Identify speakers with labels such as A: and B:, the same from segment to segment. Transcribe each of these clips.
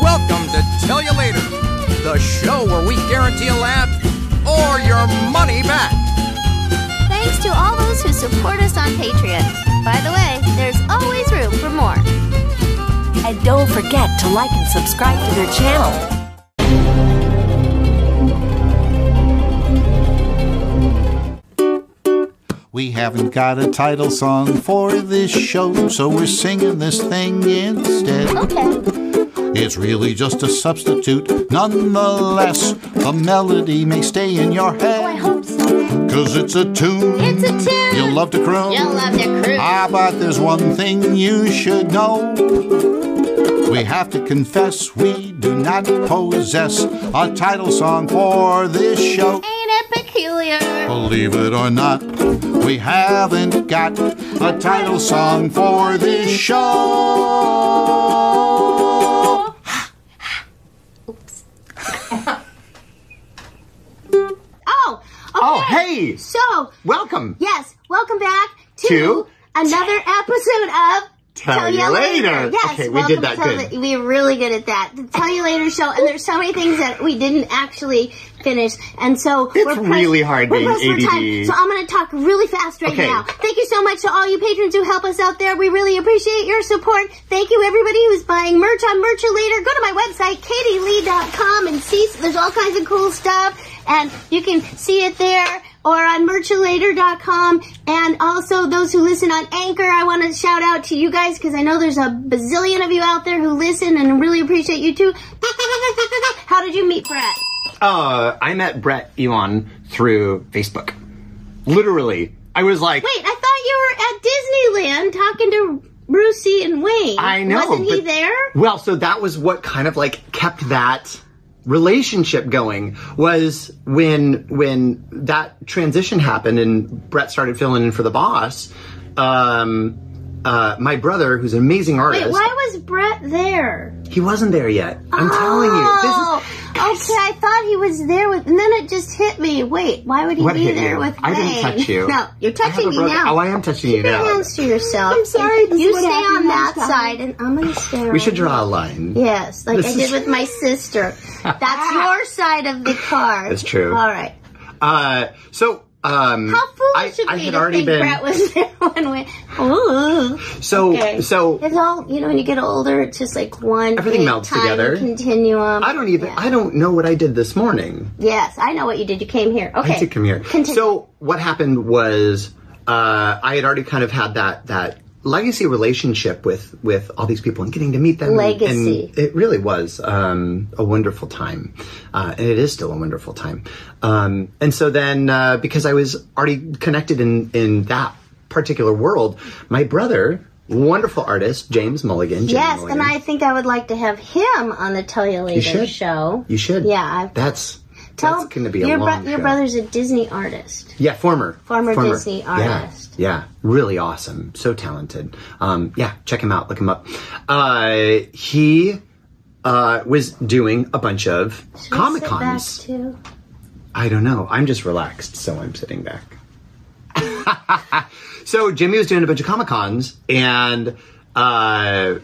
A: Welcome to Tell You Later, the show where we guarantee a laugh or your money back.
B: Thanks to all those who support us on Patreon. By the way, there's always room for more.
C: And don't forget to like and subscribe to their channel.
D: We haven't got a title song for this show, so we're singing this thing instead.
B: Okay.
D: It's really just a substitute. Nonetheless, the melody may stay in your head,
B: Oh, hope so.
D: cause it's a tune
B: It's a tune.
D: you'll love to croon.
B: You'll love to cruise.
D: Ah, but there's one thing you should know. We have to confess we do not possess a title song for this show.
B: Ain't it peculiar?
D: Believe it or not, we haven't got a title song for this show.
B: Oops. oh. Okay.
E: Oh, hey!
B: So
E: Welcome!
B: yes, welcome back to,
E: To-
B: another episode of.
E: Tell You
B: Ya
E: Later.
B: Yes,
E: Okay, we
B: welcome
E: did that
B: to
E: good.
B: The, we were really good at that. The Tell You Later show, and there's so many things that we didn't actually finish, and so
E: It's
B: we're pressed-
E: really hard
B: we're
E: being
B: pressed for time,
E: ADD.
B: so I'm going to talk really fast right
E: Okay.
B: now. Thank you so much to all you patrons who help us out there. We really appreciate your support. Thank you everybody who's buying merch on Merchalator. Go to my website, katielee.com and see, there's all kinds of cool stuff and you can see it there or on merchalator.com and also those who listen on Anchor. I want to shout out to you guys because I know there's a bazillion of you out there who listen and really appreciate you too. How did you meet Brett?
E: Uh, I met Brett Elon through Facebook. Literally. I was like,
B: Wait, I thought you were at Disneyland talking to Brucey and Wayne.
E: I know,
B: Wasn't he
E: but-
B: there?
E: well, so that was what kind of like kept that relationship going was when when that transition happened and Brett started filling in for the boss. Um, uh, my brother, who's an amazing artist,
B: Wait, why was Brett there?
E: he wasn't there yet. I'm telling you, this is
B: Oh, okay. I thought he was there with, and then it just hit me. Wait, why would he
E: What
B: be
E: hit
B: there
E: you?
B: with?
E: I didn't
B: Wayne?
E: touch you.
B: No, you're
E: I have
B: touching
E: a
B: me
E: brother-
B: now.
E: Oh, I am touching you
B: Keep your
E: now.
B: hands to yourself.
E: I'm sorry, this is
B: you
E: what
B: stay on
E: happened
B: that
E: last time.
B: side, and I'm gonna stay.
E: we should draw a line.
B: Yes, like I
E: This
B: did
E: is-
B: with my sister. That's your side of the car.
E: That's true.
B: All right.
E: Uh, so um,
B: How foolish
E: I,
B: of
E: I
B: me
E: had
B: to
E: already
B: think
E: been
B: Brett was there when we. Ooh.
E: so
B: Okay.
E: so
B: It's all you know. When you get older, it's just like one
E: Everything
B: big
E: melts
B: time
E: together.
B: continuum.
E: I don't even.
B: Yeah.
E: I don't know what I did this morning.
B: Yes, I know what you did. You came here. Okay.
E: I did come here.
B: Continue.
E: So what happened was uh, I had already kind of had that that legacy relationship with with all these people and getting to meet them. and-
B: Legacy.
E: And, it really was um, a wonderful time, uh, and it is still a wonderful time. Um, and so then uh, because I was already connected in in that particular world, my brother. Wonderful artist James Mulligan. Jamie
B: yes,
E: Mulligan.
B: and I think I would like to have him on the Tell You Later
E: should.
B: show.
E: You should.
B: Yeah, I've-
E: that's
B: Tell
E: that's going to be a
B: your bro-
E: long
B: Your
E: show.
B: brother's a Disney artist.
E: Yeah, former
B: Former Disney artist.
E: Yeah, yeah, really awesome, so talented. Um, yeah, check him out, look him up. Uh, he uh, was doing a bunch of comic
B: Sit
E: cons.
B: back too.
E: I don't know. I'm just relaxed, so I'm sitting back. so Jimmy was doing a bunch of comic cons, and uh,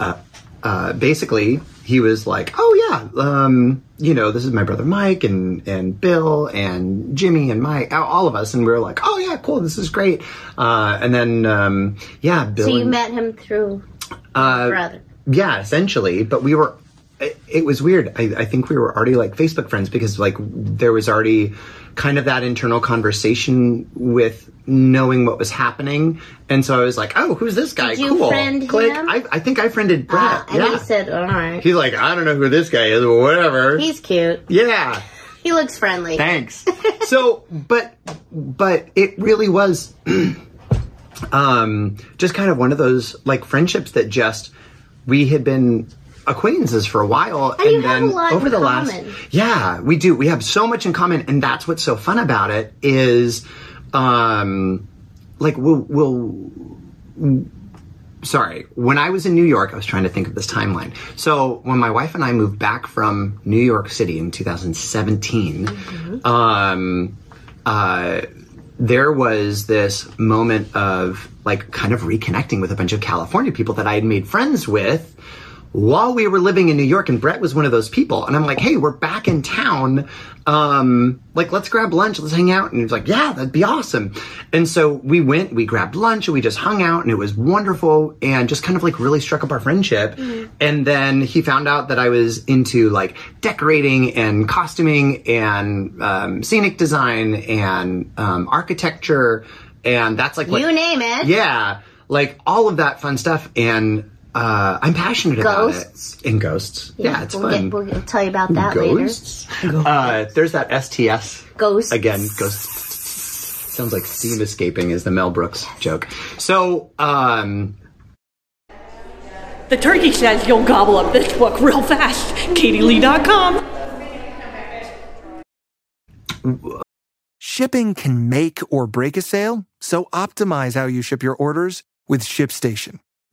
E: uh, uh, basically he was like, "Oh yeah, um, you know, this is my brother Mike and and Bill and Jimmy and Mike, all of us." And we were like, "Oh yeah, cool, this is great." Uh, and then um, yeah, Bill.
B: So you
E: and-
B: met him through your brother.
E: Uh, yeah, essentially. But we were, it, it was weird. I, I think we were already like Facebook friends because like there was already kind of that internal conversation with knowing what was happening. And so I was like, oh, who's this guy?
B: Did you
E: cool.
B: friend
E: Click.
B: him?
E: I, I think I friended Brett.
B: Ah, and
E: yeah.
B: he said, "All right,
E: He's like, I don't know who this guy is, but whatever.
B: he's cute.
E: yeah.
B: He looks friendly."
E: Thanks. so, but but it really was um just kind of one of those like friendships that just we had been acquaintances for a while and,
B: you have
E: then
B: a lot
E: over
B: in
E: the
B: common.
E: last yeah, we do. We have so much in common and that's what's so fun about it is um like we'll we'll sorry, when I was in New York, I was trying to think of this timeline. So when my wife and I moved back from New York City in 2017,
B: Mm-hmm.
E: um, uh, there was this moment of like kind of reconnecting with a bunch of California people that I had made friends with while we were living in New York, and Brett was one of those people. And I'm like, hey, we're back in town. Um, like, let's grab lunch, let's hang out. And he was like, yeah, that'd be awesome. And so we went, we grabbed lunch, and we just hung out, and it was wonderful, and just kind of like really struck up our friendship.
B: Mm-hmm.
E: And then he found out that I was into like decorating and costuming and um, scenic design and um, architecture. And that's like what-
B: You name it.
E: yeah, like all of that fun stuff, and uh, I'm passionate
B: Ghosts.
E: about it. And ghosts, yeah, it's
B: we'll
E: fun.
B: Get, we'll, we'll tell you about that
E: ghosts. Uh, there's that STS
B: later. Ghosts.
E: again. Ghosts sounds like steam escaping is the Mel Brooks joke. So, um,
F: The turkey says you'll gobble up this book real fast. KatieLee.com.
G: Shipping can make or break a sale, so optimize how you ship your orders with ShipStation.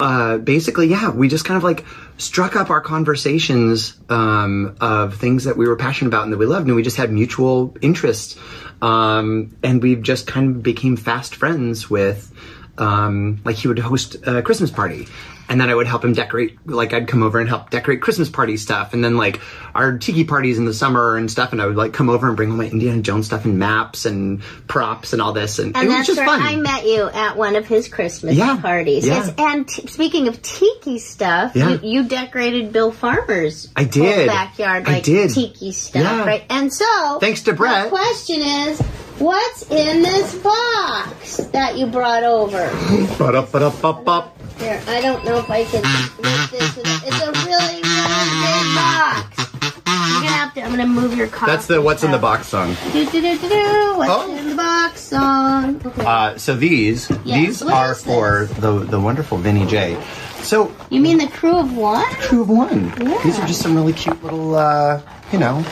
E: uh, basically, yeah, we just kind of like struck up our conversations um, of things that we were passionate about and that we loved, and we just had mutual interests, um, and we just kind of became fast friends with. Um, like he would host a Christmas party, and then I would help him decorate. Like I'd come over and help decorate Christmas party stuff, and then like our tiki parties in the summer and stuff. And I would like come over and bring all my Indiana Jones stuff and maps and props and all this, and,
B: And
E: it was
B: that's
E: just
B: where
E: fun.
B: I met you at one of his Christmas
E: Yeah,
B: parties.
E: yeah.
B: Yes, and t- speaking of tiki stuff,
E: Yeah.
B: you, you decorated Bill Farmer's
E: I did.
B: whole backyard
E: I
B: like
E: did.
B: tiki stuff,
E: Yeah.
B: right? And so,
E: Thanks to
B: The
E: Brett.
B: question is, what's in this box that you brought over?
E: Ba-da-ba-da-ba-ba.
B: Here, I don't know if I can make this. with- It's a really, really big box. You're gonna have to. I'm gonna move your car.
E: That's the "What's in the Box" song.
B: Do, do, do, do, do. What's
E: Oh.
B: in the box song? Okay.
E: Uh, so these
B: Yes,
E: these
B: what
E: are
B: is
E: for the the wonderful Vinny J. So
B: you mean the crew of one?
E: two of one.
B: Yeah.
E: These are just some really cute little uh, you know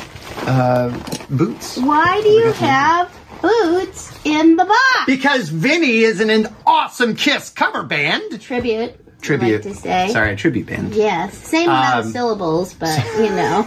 E: uh, boots.
B: Why do you have boots in the box?
E: Because Vinny is in an awesome Kiss cover band.
B: Tribute. I like
E: Tribute.
B: to say.
E: Sorry, tribute band.
B: Yes. Same without
E: Um,
B: syllables, but you know.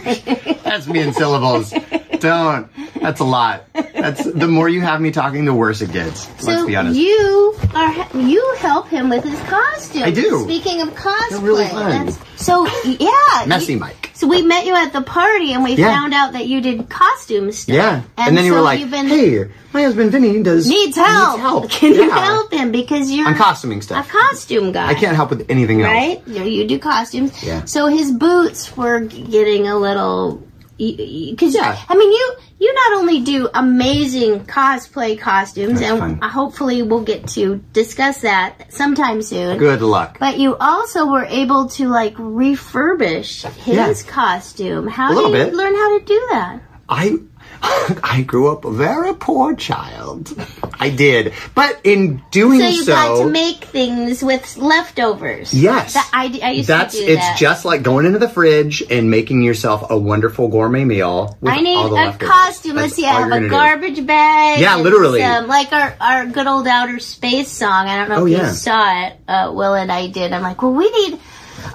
E: That's me in syllables. Don't. That's a lot. That's the more you have me talking, the worse it gets. Let's
B: so
E: be honest.
B: you are you help him with his costume.
E: I do.
B: Speaking of cosplay,
E: really fun.
B: that's- so yeah.
E: Messy
B: you-
E: Mike.
B: So we met you at the party and we
E: Yeah.
B: found out that you did costume stuff.
E: Yeah. And, then you
B: so
E: were like,
B: you've been,
E: "Hey, my husband Vinny does
B: needs help. Can you
E: Yeah.
B: help him because you're
E: I'm costuming
B: a
E: stuff.
B: costume guy?
E: I can't help with anything else.
B: right? You, you do costumes.
E: Yeah.
B: So his boots were g- getting a little. Because
E: Yeah.
B: I mean, you you not only do amazing cosplay costumes,
E: That's
B: and
E: fun.
B: hopefully we'll get to discuss that sometime soon.
E: Good luck.
B: But you also were able to like refurbish his
E: Yeah.
B: costume. How
E: A little
B: did you
E: bit.
B: learn how to do that?
E: I I grew up a very poor child. I did. But in doing
B: So
E: so,
B: you got to make things with leftovers.
E: Yes.
B: That- I, d- I used
E: that's
B: to do
E: it's
B: that.
E: just like going into the fridge and making yourself a wonderful gourmet meal. With
B: I need
E: all
B: a
E: the leftovers.
B: costume.
E: That's
B: Let's see,
E: all
B: I have
E: you're
B: a
E: gonna do.
B: garbage bag.
E: Yeah,
B: and
E: literally.
B: some- like our, our good old outer space song. I don't know
E: Oh,
B: if
E: yeah.
B: you saw it. Uh, Will and I did. I'm like, well, we need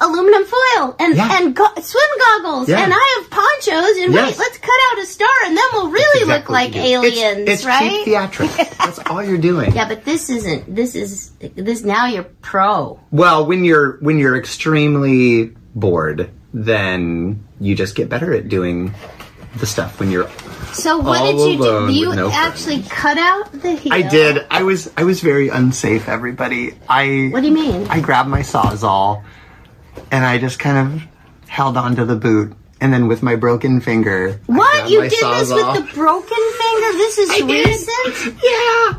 B: aluminum foil and
E: Yeah.
B: and go- swim goggles,
E: Yeah.
B: and I have ponchos. And
E: Yes.
B: wait, let's cut out a star, and then we'll really
E: Exactly
B: look like
E: what you do. It's-
B: aliens,
E: it's,
B: right?
E: cheap theatrics. That's all you're doing.
B: yeah, but this isn't. This is this. Now you're pro.
E: Well, when you're when you're extremely bored, then you just get better at doing the stuff when you're
B: So what
E: All
B: did you do?
E: alone
B: You
E: with no
B: actually cut out the heel.
E: I did. I was I was very unsafe, everybody. I
B: What do you mean?
E: I grabbed my sawzall and I just kind of held onto the boot and then with my broken finger. I
B: What?
E: grabbed
B: You
E: my
B: did this
E: Sawzall.
B: with the broken finger? This is recent?
E: Yeah.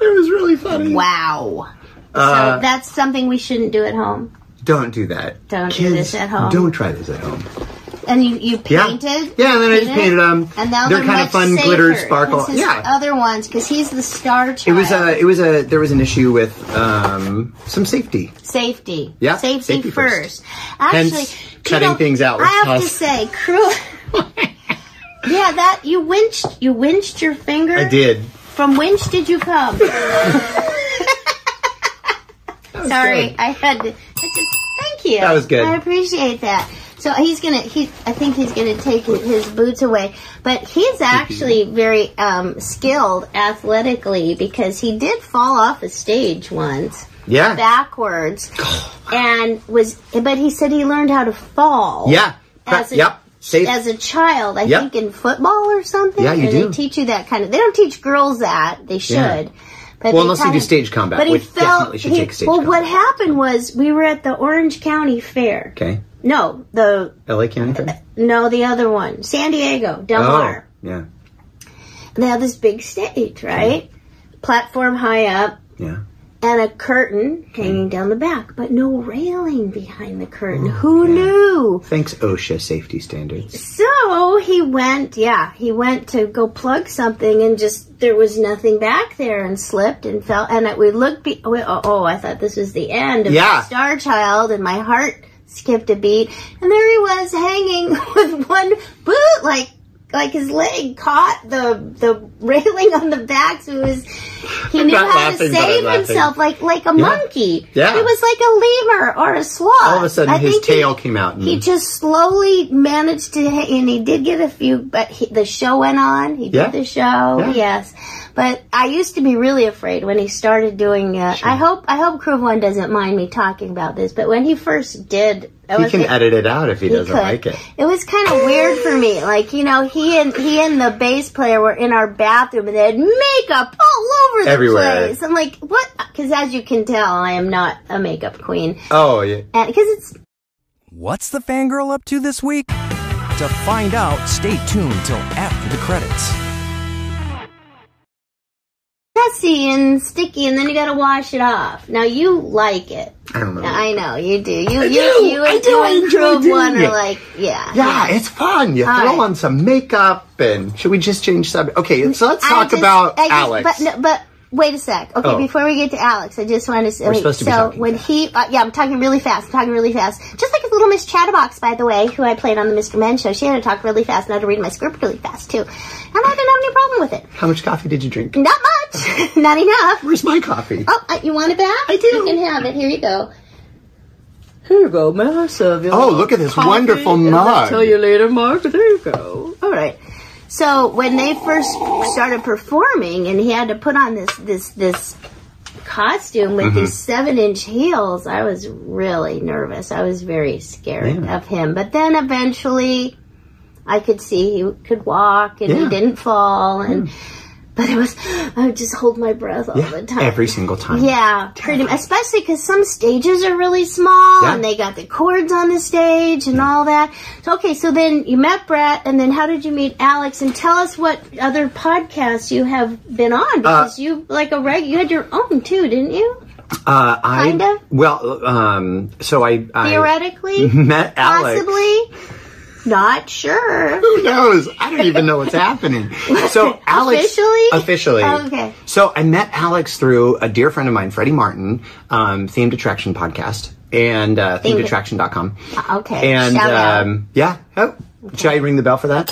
E: It was really funny.
B: Wow.
E: Uh,
B: so that's something we shouldn't do at home.
E: Don't do that.
B: Don't do
E: Kids,
B: this at home.
E: Don't try this at home.
B: And you, you
E: Yeah.
B: painted?
E: Yeah, and then I just painted 'em.
B: And now
E: They're
B: they're
E: kinda
B: much
E: fun,
B: safer
E: glitter, sparkle.
B: It's his
E: Yeah.
B: other ones, because he's the star child.
E: It was uh, a it was a there was an issue with um some safety.
B: Safety.
E: Yeah,
B: Safety,
E: safety
B: first.
E: first.
B: Actually,
E: Hence,
B: you
E: cutting
B: know,
E: things out was
B: I have to
E: tough.
B: say, crew. yeah, that, you winched, you winched your finger.
E: I did.
B: From whence did you come? Sorry, I had to. that's just- thank you.
E: That was good.
B: I appreciate that. So he's gonna. He, I think he's gonna take his, his boots away. But he's actually very um, skilled athletically because he did fall off a stage once
E: Yeah.
B: backwards, and was. But he said he learned how to fall.
E: Yeah.
B: As a,
E: yep. Safe.
B: as a child, I
E: Yep.
B: think in football or something.
E: Yeah, you
B: or
E: do.
B: They teach you that kind of. They don't teach girls that. They should. But
E: Well,
B: they
E: unless you
B: kinda-
E: do stage combat,
B: but he
E: which
B: fell-
E: definitely should
B: he-
E: take stage
B: Well,
E: combat.
B: what happened was we were at the Orange County Fair.
E: okay.
B: No, the
E: LA County Fair?
B: no, the other one, San Diego,
E: Oh.
B: Del Mar.
E: Yeah.
B: They have this big
E: Hmm.
B: stage, right? Platform high up,
E: Yeah.
B: and a curtain hanging
E: Hmm.
B: down the back, but no railing behind the curtain.
E: Oh,
B: Who knew?
E: Thanks, OSHA safety standards.
B: So he went, yeah, he went to go plug something and just there was nothing back there and slipped and fell. And I- we looked, be- we, oh, oh, I thought this was the end of
E: Yeah.
B: Star Child, and my heart skipped a beat. And there he was hanging with one boot, like like his leg caught the the railing on the back. So it was he knew
E: not
B: how to
E: laughing, but I'm
B: save
E: laughing.
B: himself, like like a monkey.
E: Yeah.
B: it was like a lemur or a sloth.
E: All of a sudden,
B: I
E: his
B: think he-
E: tail came out. And,
B: he just slowly managed to, hit- and he did get a few, but he, the show went on. He did
E: Yeah.
B: the show,
E: Yeah.
B: yes. But I used to be really afraid when he started doing. Uh, I hope I hope Crew One doesn't mind me talking about this, but when he first did, I
E: he
B: was
E: can
B: like-
E: edit it out if he,
B: he
E: doesn't
B: could.
E: like it.
B: was kind of weird for me. Like you know, he and he and the bass player were in our bathroom, and they had makeup all over the
E: Everywhere.
B: place. I'm like, what? Because as you can tell, I am not a makeup queen,
E: Oh, yeah.
B: and because it's
H: What's the fangirl up to this week? To find out, stay tuned till after the credits.
B: messy and sticky, and then you gotta wash it off. Now you like it.
E: I don't know.
B: I know you do. You you
E: do.
B: you
E: I
B: and,
E: do.
B: you
E: I
B: and
E: enjoy
B: Crew of
E: doing
B: One are
E: it.
B: like yeah.
E: Yeah, it's fun. You
B: All
E: throw
B: right.
E: on some makeup, and should we just change subject? Okay, so let's
B: Mm, I
E: talk
B: just-
E: about
B: I just-
E: Alex.
B: But, no, but wait a sec. Okay,
E: Oh.
B: before we get to Alex, I just want to say. wait,
E: supposed to
B: so
E: be talking
B: when
E: fast.
B: he, uh, yeah, I'm talking really fast. I'm talking really fast. Just like his little Miss Chatterbox, by the way, who I played on the Mr. Men show. She had to talk really fast, and I had to read my script really fast too. And I didn't have any problem with it.
E: How much coffee did you drink?
B: Not much. Not enough.
E: Where's my coffee?
B: Oh, uh, you want it back?
E: I do.
B: You can have it. Here you go.
F: Here you go, massive.
E: Oh, look at this wonderful mug.
F: later, Mark. There you go.
B: All right. So when they first started performing, and he had to put on this this this costume with these
E: Mm-hmm.
B: seven inch heels, I was really nervous. I was very scared
E: Yeah.
B: of him. But then eventually, I could see he could walk, and he
E: Yeah. Hmm.
B: didn't fall, and. But it was, I would just hold my breath all the time.
E: Every single time.
B: Yeah, pretty much. Especially because some stages are really small
E: Yeah.
B: and they got the chords on the stage and all that. So, okay, so then you met Brett, and then how did you meet Alex? And tell us what other podcasts you have been on because you like a reg. You had your own too, didn't you?
E: Uh, I,
B: Kinda?
E: Well, um, so I, I
B: Theoretically,
E: met Alex.
B: possibly. Not sure.
E: Who knows? I don't even know what's happening. So Alex
B: Officially? Oh,
E: officially.
B: Okay.
E: So I met Alex through a dear friend of mine, Freddie Martin, um, Themed Attraction podcast and uh,
B: Themed-
E: themedattraction.com.
B: Okay.
E: And
B: shout out.
E: um, yeah, oh, should I ring the bell for that?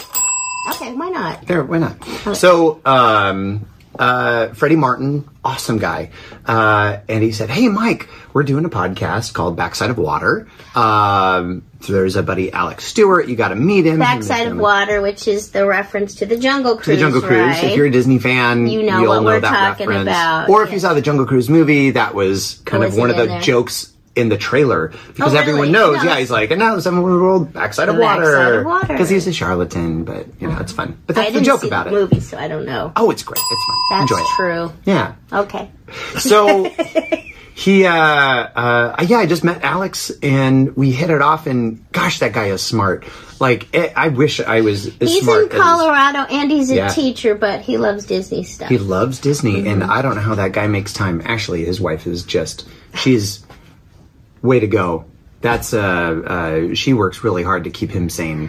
B: okay, why not?
E: There, why
B: Oh.
E: not? So, um, uh, Freddie Martin, awesome guy. Uh, and he said, Hey, Mike, we're doing a podcast called Backside of Water. Um, so there's a buddy, Alex Stewart. You got to meet him.
B: Backside of Water, which is the reference to the Jungle Cruise.
E: The Jungle Cruise.
B: Right?
E: If you're a Disney fan,
B: You know
E: will
B: what
E: know
B: we're
E: that
B: talking
E: reference.
B: about.
E: Or if you
B: Yeah.
E: saw the Jungle Cruise movie, that was kind
B: was
E: of one
B: it
E: of the
B: in there?
E: jokes in the trailer because
B: Oh,
E: everyone
B: really?
E: knows.
B: No,
E: yeah,
B: it's-
E: he's like, and now the seven world backside of
B: Backside
E: water.
B: of water.
E: Because he's a charlatan, but you know it's fun. But
B: I
E: that's
B: didn't
E: the joke
B: see
E: about
B: the
E: it.
B: movie, so I don't know.
E: Oh, it's great. It's fun.
B: That's
E: Enjoy it.
B: true. Oh.
E: Yeah.
B: Okay.
E: So he, uh, uh, yeah, I just met Alex and we hit it off. And gosh, that guy is smart. Like, eh, I wish I was as
B: He's
E: smart.
B: in
E: as-
B: Colorado and he's a
E: Yeah.
B: teacher, but he loves Disney stuff.
E: he loves Disney, and
B: Mm-hmm.
E: I don't know how that guy makes time. Actually, his wife is just she's way to go. That's uh, uh she works really hard to keep him sane.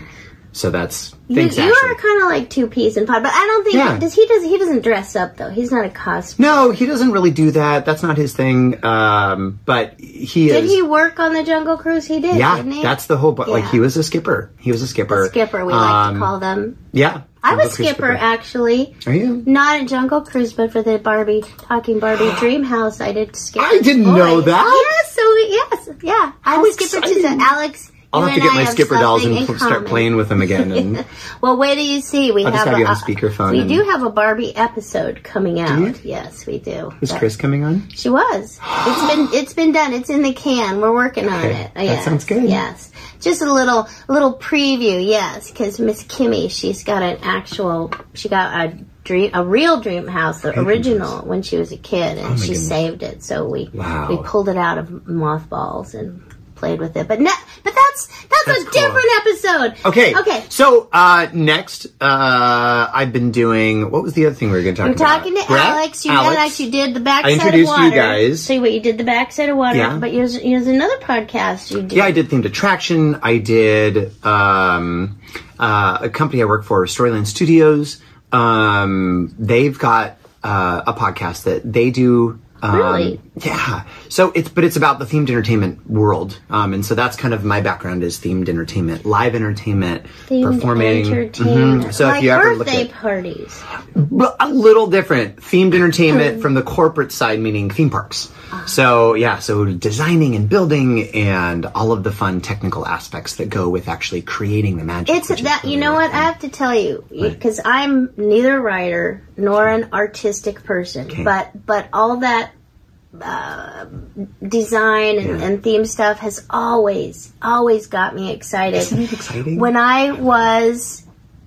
E: So that's
B: you,
E: thanks,
B: you
E: Ashley.
B: are kind of like two peas in a pod, but I don't think
E: Yeah.
B: does he does he doesn't dress up though. He's not a costume.
E: no, he doesn't really do that. That's not his thing. Um, but he
B: Did
E: is.
B: he work on the Jungle Cruise? He did,
E: yeah,
B: didn't he?
E: that's the whole. But like
B: Yeah.
E: he was a skipper. He was a skipper.
B: skipper we like to call them.
E: Yeah,
B: I was
E: Jungle um, Cruise
B: skipper,
E: Shipper.
B: actually.
E: Are you?
B: Not at Jungle Cruise, but for the Barbie Talking Barbie Dream House, I did skip.
E: I didn't
B: Boy.
E: know that.
B: Yes, so yes, yeah. I was skipper too. So
E: exciting.
B: Alex,
E: I'll
B: you
E: have to
B: and
E: get
B: I
E: my
B: have
E: skipper dolls
B: something
E: and
B: in
E: start
B: common.
E: playing with them again. And
B: Well, wait till you see. We
E: I'll just
B: have,
E: have you on
B: a,
E: speakerphone
B: We
E: and-
B: do have a Barbie episode coming out.
E: you?
B: Yes, we do.
E: is
B: But-
E: Chris coming on?
B: She was. It's been it's been done. It's in the can. We're working on
E: Okay.
B: it.
E: That
B: Yes.
E: sounds good.
B: Yes. Just a little little preview. Yes, because Miss Kimmy, she's got an actual. She got a dream, a real dream house, the original when she was a kid, and she saved it. So we
E: Oh, Wow.
B: we pulled it out of mothballs and played with it. But no, but that's that's,
E: That's
B: a
E: cool.
B: different episode.
E: Okay.
B: Okay.
E: So uh, next, uh, I've been doing. What was the other thing we were going to talk
B: I'm
E: about?
B: talking to
E: Brett?
B: Alex. You
E: Alex.
B: Alex, you did the backside
E: introduced
B: of
E: you
B: water.
E: guys.
B: See what you did the backside of water.
E: Yeah.
B: But here's here's another podcast you did.
E: Yeah, I did themed attraction. I did um, uh, a company I work for, Storyland Studios. Um, they've got uh, a podcast that they do. Um,
B: Really?
E: Yeah. So it's but it's about the themed entertainment world, um, and so that's kind of my background is themed entertainment, live entertainment,
B: Themed
E: performing.
B: entertainment.
E: Mhm. So
B: like
E: if you ever look
B: birthday
E: at
B: parties.
E: Well, a little different themed
B: Hmm.
E: entertainment from the corporate side, meaning theme parks.
B: Ah.
E: So yeah, so designing and building and all of the fun technical aspects that go with actually creating the magic.
B: It's
E: which is
B: that you know
E: really
B: what I have to tell you because I'm neither a writer nor an artistic person, but but all that uh, design and,
E: Yeah.
B: and theme stuff has always always got me excited.
E: Isn't it exciting?
B: When I was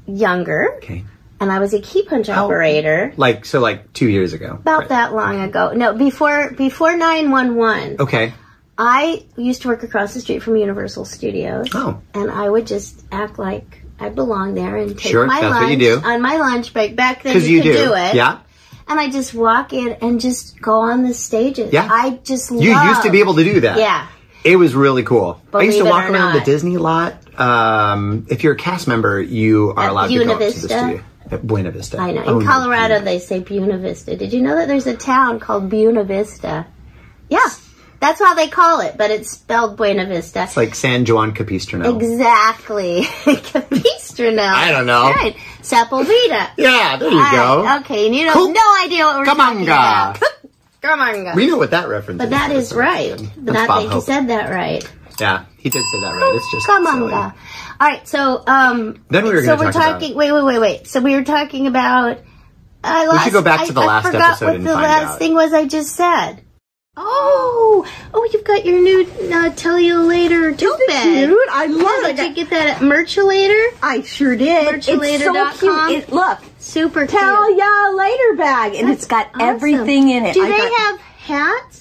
B: younger,
E: Okay.
B: and I was a key punch operator.
E: Like so, like two years ago.
B: about
E: Right.
B: that long ago. No, before before nine one one.
E: Okay.
B: I used to work across the street from Universal Studios.
E: Oh.
B: And I would just act like I belong there and take
E: Sure,
B: my
E: that's
B: lunch
E: what you do.
B: on my lunch break. Back then
E: Because
B: you,
E: you,
B: could
E: do.
B: do. it.
E: Yeah.
B: And I just walk in and just go on the stages.
E: Yeah.
B: I just
E: You used to be able to do that.
B: Yeah.
E: It was really cool. I used to
B: Believe it
E: walk
B: or
E: around the
B: not.
E: Disney lot. Um, if you're a cast member, you are
B: At
E: allowed to
B: Buena
E: go up to the
B: Vista?
E: studio. At Buena Vista.
B: I know. In
E: Oh, no.
B: Colorado they say Buena Vista. Did you know that there's a town called Buena Vista? Yeah. That's how they call it, but it's spelled Buena Vista.
E: It's like San Juan Capistrano.
B: Exactly. Capistrano.
E: I don't know.
B: Right. Sepulveda.
E: Yeah, there you
B: All
E: go.
B: right, Okay, and you have
E: Cool.
B: no idea what we're talking
E: Kamanga.
B: about. Kamanga.
E: We know what that reference
B: But
E: is.
B: that is right. But I
E: Bob
B: think you
E: Hope.
B: said that right.
E: Yeah, he did say that right. It's just silly.
B: Kamanga. All right, so um,
E: Then we were
B: so
E: gonna
B: we're
E: talk about-
B: talking. wait, wait, wait, wait. So we were talking about. I lost,
E: go back to the
B: I,
E: last
B: I forgot
E: episode
B: what
E: and
B: the
E: find
B: last
E: out.
B: thing was. I just said. Oh, oh! You've got your new uh, tell you later tote bag.
I: Dude, I love
B: Did
I: it.
B: you get that at Merchulator?
I: I sure did. It's so
B: Merchulator.com.
I: cute. It, look,
B: Super
I: tell
B: cute.
I: ya later bag, and it's got
B: Awesome.
I: everything in it.
B: Do
I: I
B: they
I: got-
B: have hats?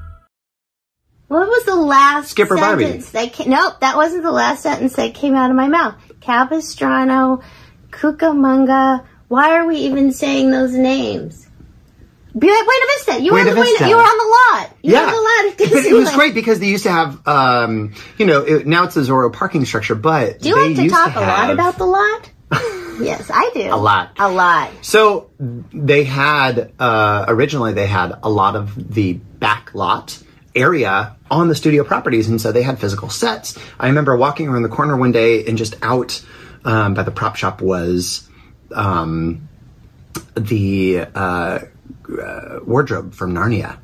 B: What was the last
E: Skipper Barbie.
B: sentence that came? Nope, that wasn't the last sentence that came out of my mouth. Capistrano, Cucamonga. Why are we even saying those names? Bu- Buena Vista. You
E: Buena
B: were on the
E: Vista.
B: Buena, you were on the lot. You
E: Yeah,
B: were on the lot. At
E: Because it was
B: Disneyland.
E: great because they used to have, um, you know, it, now it's a Zorro parking structure, but
B: Do you
E: they
B: like to
E: used
B: talk a
E: have-
B: lot about the lot? yes, I do. A
E: lot.
B: A lot.
E: So they had uh, originally they had a lot of the back lot area on the studio properties, and so they had physical sets. I remember walking around the corner one day and just out um, by the prop shop was um, the uh, uh, wardrobe from Narnia,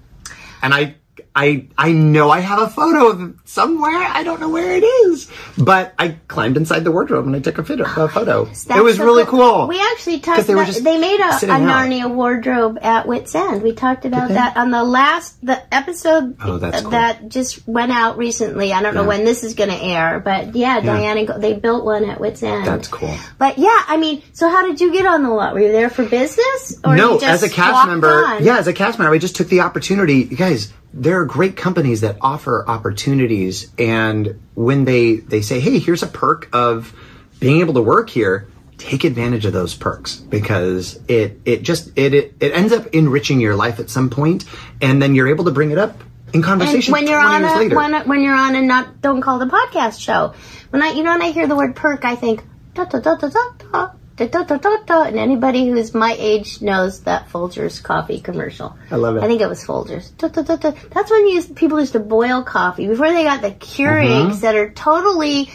E: and I. I I know I have a photo of it somewhere. I don't know where it is, but I climbed inside the wardrobe and I took a, fit- a photo.
B: That's
E: it was
B: so
E: really cool.
B: We actually
E: 'Cause
B: talked
E: they were
B: about
E: just
B: they made a,
E: sitting
B: a
E: out.
B: Narnia wardrobe at Wits End. We talked about that on the last the episode
E: Oh, that's cool.
B: that just went out recently. I don't know
E: Yeah.
B: when this is going to air, but yeah, Diana Go- they built one at Wits End.
E: That's cool.
B: But yeah, I mean, so how did you get on the lot? Were you there for business or
E: no,
B: you just
E: as a cast
B: walked
E: member,
B: on?
E: yeah, as a cast member, I just took the opportunity. You guys, there are great companies that offer opportunities, and when they they say, "Hey, here's a perk of being able to work here," take advantage of those perks because it it just it it, it ends up enriching your life at some point, and then you're able to bring it up in conversation.
B: And when you're
E: 20
B: on
E: years
B: a
E: later.
B: when, when you're on a not don't call the podcast show. When I you know when I hear the word perk, I think da da da da da da. Da, da, da, da, da. And anybody who's my age knows that Folgers coffee commercial.
E: I love it.
B: I think it was Folgers. Da, da, da, da. That's when you used, people used to boil coffee before they got the Keurigs
E: Mhm.
B: that are totally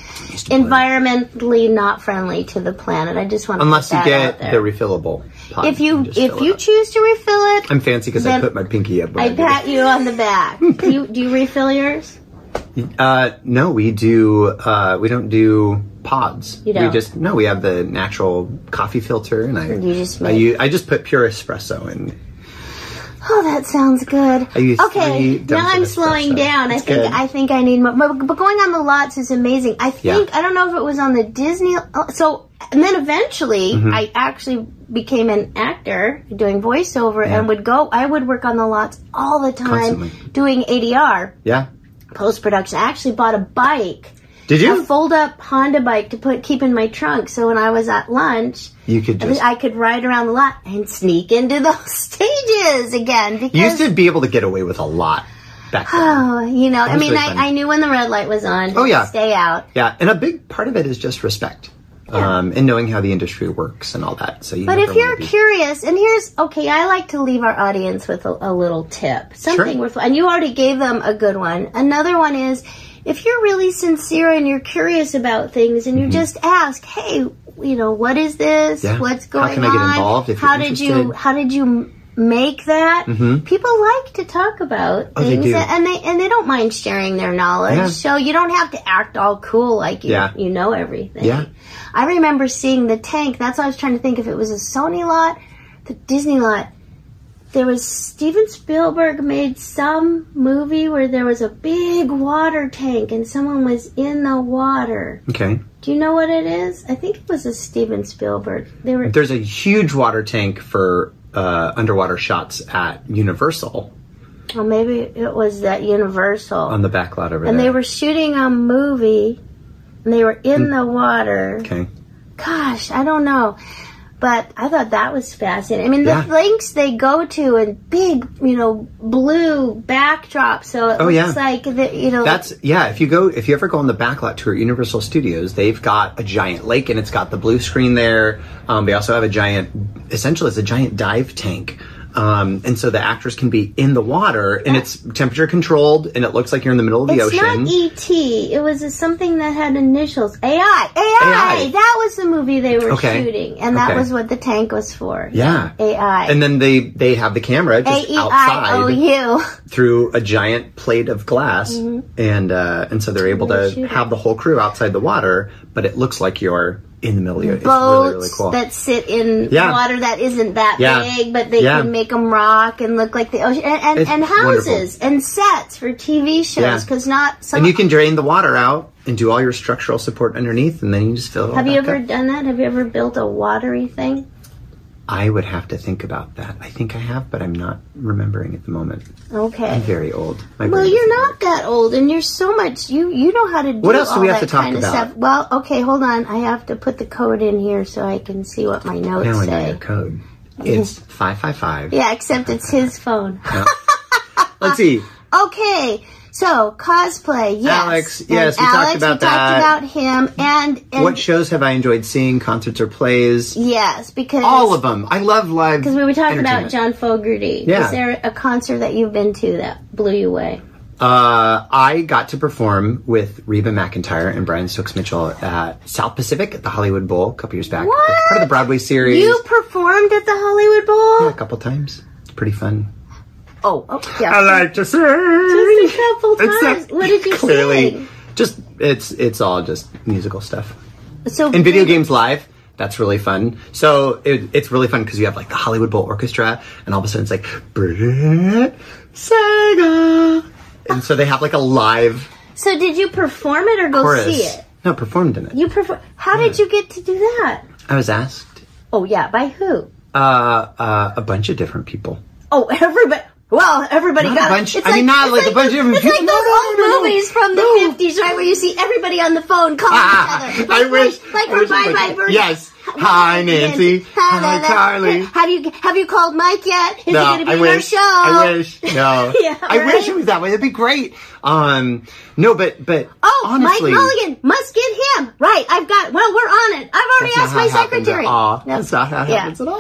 B: environmentally not friendly to the planet. I just want to
E: Unless
B: put
E: you
B: that
E: get
B: out
E: the
B: there.
E: refillable pot.
B: if you if you choose to refill it,
E: I'm fancy because I
B: Then
E: put my pinky up. when
B: I
E: did
B: pat you on the back. do you do you refill yours?
E: it. Uh, no, we do. Uh, we don't do pods.
B: You don't?
E: We just no. We have the natural coffee filter, and I
B: You just
E: I,
B: make-
E: u- I just put pure espresso in.
B: Oh, that sounds good.
E: I use three
B: okay,
E: dumps
B: now
E: of
B: I'm
E: espresso.
B: slowing down. I
E: It's
B: think
E: good.
B: I think I need more. But, but going on the lots is amazing. I think I don't know if it was on the Disney. oh, So and then eventually
E: Mm-hmm.
J: Mhm.
B: I actually became an actor doing voiceover and would go. I would work on the lots all the time
E: Constantly.
B: doing ADR
E: Yeah.
B: post production. I actually bought a bike.
E: Did
B: A
E: you?
B: fold up Honda bike to put keep in my trunk. So when I was at lunch.
E: You could just.
B: I could ride around the lot and sneak into those stages again because
E: You used to be able to get away with a lot back then.
B: Oh, you know,
E: That
B: I
E: was
B: mean,
E: really
B: I,
E: fun.
B: I knew when the red light was on.
E: Oh, yeah.
B: Stay out.
E: Yeah, and a big part of it is just respect um, and knowing how the industry works and all that. So you.
B: But
E: never
B: if you're
E: wanna be-
B: curious, and here's okay, I like to leave our audience with a, a little tip, something worth. And you already gave them a good one. Another one is, if you're really sincere and you're curious about things, and you just ask, hey, you know, what is this?
E: Mm-hmm. Yeah.
B: What's
E: How
B: going
E: can I get
B: on?
E: involved if you're
B: how did you?
E: interested?
B: How did you? m- Make that
E: Mhm.
B: people like to talk about
E: Oh, they
B: things,
E: do.
B: and they and they don't mind sharing their knowledge.
E: Yeah.
B: So you don't have to act all cool like you
E: Yeah.
B: you know everything.
E: Yeah.
B: I remember seeing the tank. That's why I was trying to think if it was a Sony lot, the Disney lot. There was Steven Spielberg made some movie where there was a big water tank and someone was in the water.
E: Okay.
B: Do you know what it is? I think it was a Steven Spielberg. They were
E: There's a huge water tank for uh, underwater shots at Universal
B: well, maybe it was that Universal.
E: on the back lot
B: and
E: over there. Hmm.
B: they were shooting a movie and they were in the water.
E: Okay.
B: Gosh, I don't know. But I thought that was fascinating. I mean,
E: Yeah.
B: the links they go to and big, you know, blue backdrop. So it
E: Oh,
B: looks
E: yeah.
B: like, the, you know,
E: That's yeah. If you go, if you ever go on the backlot tour at Universal Studios, they've got a giant lake and it's got the blue screen there. Um, they also have a giant, essentially, it's a giant dive tank. Um, and so the actors can be in the water and it's temperature controlled and it looks like you're in the middle of the
B: it's
E: ocean.
B: not e- E.T. It was a, something that had initials. AI. AI.
E: AI.
B: That was the movie they were
E: Okay.
B: shooting. And that
E: Okay.
B: was what the tank was for.
E: yeah.
B: AI.
E: And then they they have the
B: E
E: camera just outside
B: A-E-I-O-U.
E: through a giant plate of glass,
B: Mhm.
E: and uh, and so they're able to have the whole crew outside the water, but it looks like you're in the middle. of the ocean. It's
B: Mm-hmm. boats
E: really really cool.
B: that sit in
E: Yeah.
B: water that isn't that
E: Yeah.
B: big, but they
E: Yeah.
B: can make them rock and look like the ocean, and, and,
E: It's
B: and houses
E: wonderful.
B: and sets for TV
E: Yeah.
B: shows because not some.
E: and you can drain the water out and do all your structural support underneath, and then you just fill it all
B: have you
E: back
B: ever
E: up.
B: done that? Have you ever built a watery thing?
E: I would have to think about that. I think I have, but I'm not remembering at the moment.
B: Okay.
E: I'm very old. My
B: Well,
E: brain
B: you're not that old, and you're so much. You you know how to do
E: What else do
B: all
E: we have
B: that
E: to talk
B: kind of
E: about?
B: stuff. Well, okay, hold on. I have to put the code in here so I can see what my notes
E: now I know
B: say.
E: your code. It's five five five.
B: Yeah, except it's his phone.
E: Let's see.
B: Okay, so cosplay. Yes,
E: Alex,
B: And
E: yes, we talked
B: Alex,
E: about
B: we
E: that.
B: talked about him, and, and
E: What shows have I enjoyed seeing? Concerts or plays?
B: yes, because
E: All of them. I love live.
B: Because we were talking about
E: entertainment.
B: John Fogerty.
E: Yeah.
B: Is there a concert that you've been to that blew you away?
E: Uh, I got to perform with Reba McIntyre and Brian Stokes Mitchell at South Pacific at the Hollywood Bowl a couple years back.
B: What?
E: It was Part of the Broadway series.
B: You performed at the Hollywood Bowl.
E: Yeah, a couple times. It's pretty fun.
B: Oh, oh, yeah.
E: to sing.
B: Just a couple times. what did you
E: Clearly,
B: sing?
E: just it's it's all just musical stuff.
B: So
E: And video games live. That's really fun. So it, it's really fun because you have like the Hollywood Bowl Orchestra, and all of a sudden it's like Britt Saga, and so they have like a live
B: So did you perform it or go
E: chorus. Hmm.
B: see it?
E: No, performed in it.
B: You perform. How did you get to do that?
E: I was asked
B: Oh yeah, by who?
E: uh, uh, a bunch of different people.
B: Oh, everybody. Well, everybody
E: Not a
B: got
E: bunch-
B: It's
E: I mean, not like a bunch of different
B: It's like
E: people. No,
B: those
E: no,
B: old
E: no, no, no. Ah,
B: movies from the fifties, right, where you see everybody on the phone calling each other.
E: I wish.
B: Like
E: I
B: from
E: wish it
B: Bye
E: was-
B: Bye Birdie.
E: Yes. Hi, Nancy. Hi, Charlie.
B: Have you have you called Mike yet? Is he
E: no,
B: going to be
E: I
B: in our
E: wish.
B: show?
E: I wish. No.
B: Yeah,
E: I wish
B: right?
E: it was that way. That'd be great. Um, no, but but
B: Oh,
E: honestly,
B: Mike Mulligan must get him. Right, I've got. Well, we're on it. I've already asked
E: That's not how
B: my
E: it happens
B: secretary.
E: At all. That's not how it
B: Yeah.
E: happens at all.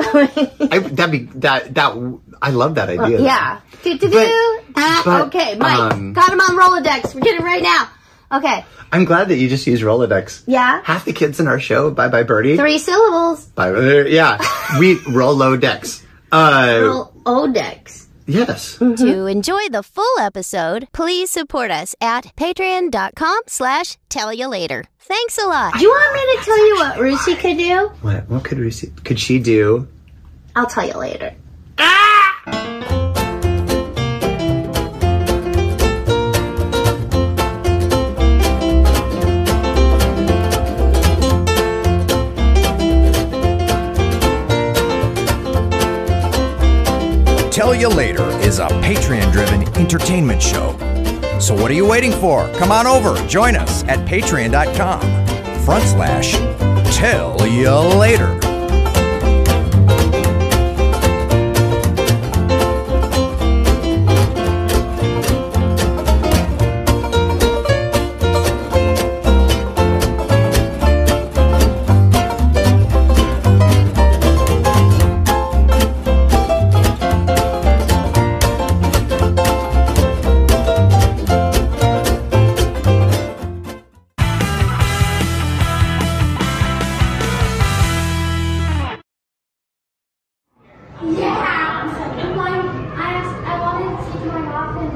E: I, that'd be that that I love that idea.
B: Well, yeah. Do, do, do. Ah,
E: but,
B: okay, Mike.
E: um,
B: got him on Rolodex. We're getting it right now. Okay.
E: I'm glad that you just use Rolodex.
B: Yeah.
E: Half the kids in our show, Bye Bye Birdie.
B: Three syllables.
E: Bye Bye. Yeah. we Rolodex. Uh,
B: Rolodex.
E: yes.
B: Mm.
J: To enjoy the full episode, please support us at patreon.com slash tell you later. Thanks a lot.
B: Do you want me to tell you what Rusi could do?
E: What? What could we see? Could she do?
B: I'll tell you later.
K: Tell You Later is a Patreon driven entertainment show. So what are you waiting for? Come on over, join us at patreon.com front slash tell you later.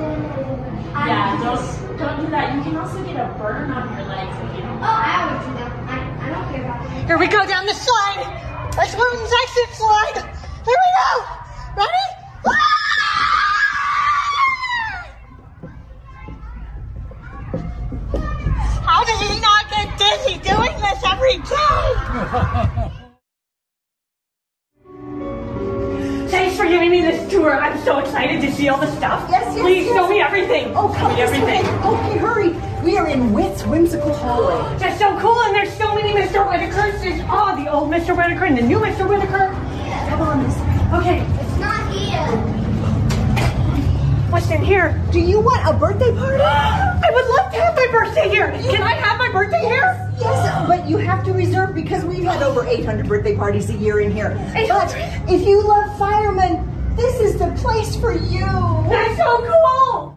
L: Yeah, don't don't do that. You can also get a burn on your legs if you don't.
B: Oh, I always do that. I, I don't care about it.
L: Here we go down the slide. That's Moon's exit slide. Here we go. Ready? How did he not get dizzy doing this every day? Thanks for giving me this tour. I'm so excited to see all the stuff.
M: Yes, yes,
L: Please
M: yes.
L: show me everything.
M: Oh,
L: Show
M: come
L: me
M: this
L: everything.
M: way. Okay, hurry. We are in Wit's whimsical hallway.
L: That's so cool, and there's so many Mr. Whitakers. There's oh, the old Mr. Whitaker and the new Mr. Whitaker. Come on, this way. Okay,
B: It's not here.
L: what's in here?
M: Do you want a birthday party?
L: I would love to have my birthday here. Can I have my birthday here?
M: Yes, but you have to reserve because we've had over 800 birthday parties a year in here. But if you love firemen, this is the place for you.
L: That's so cool.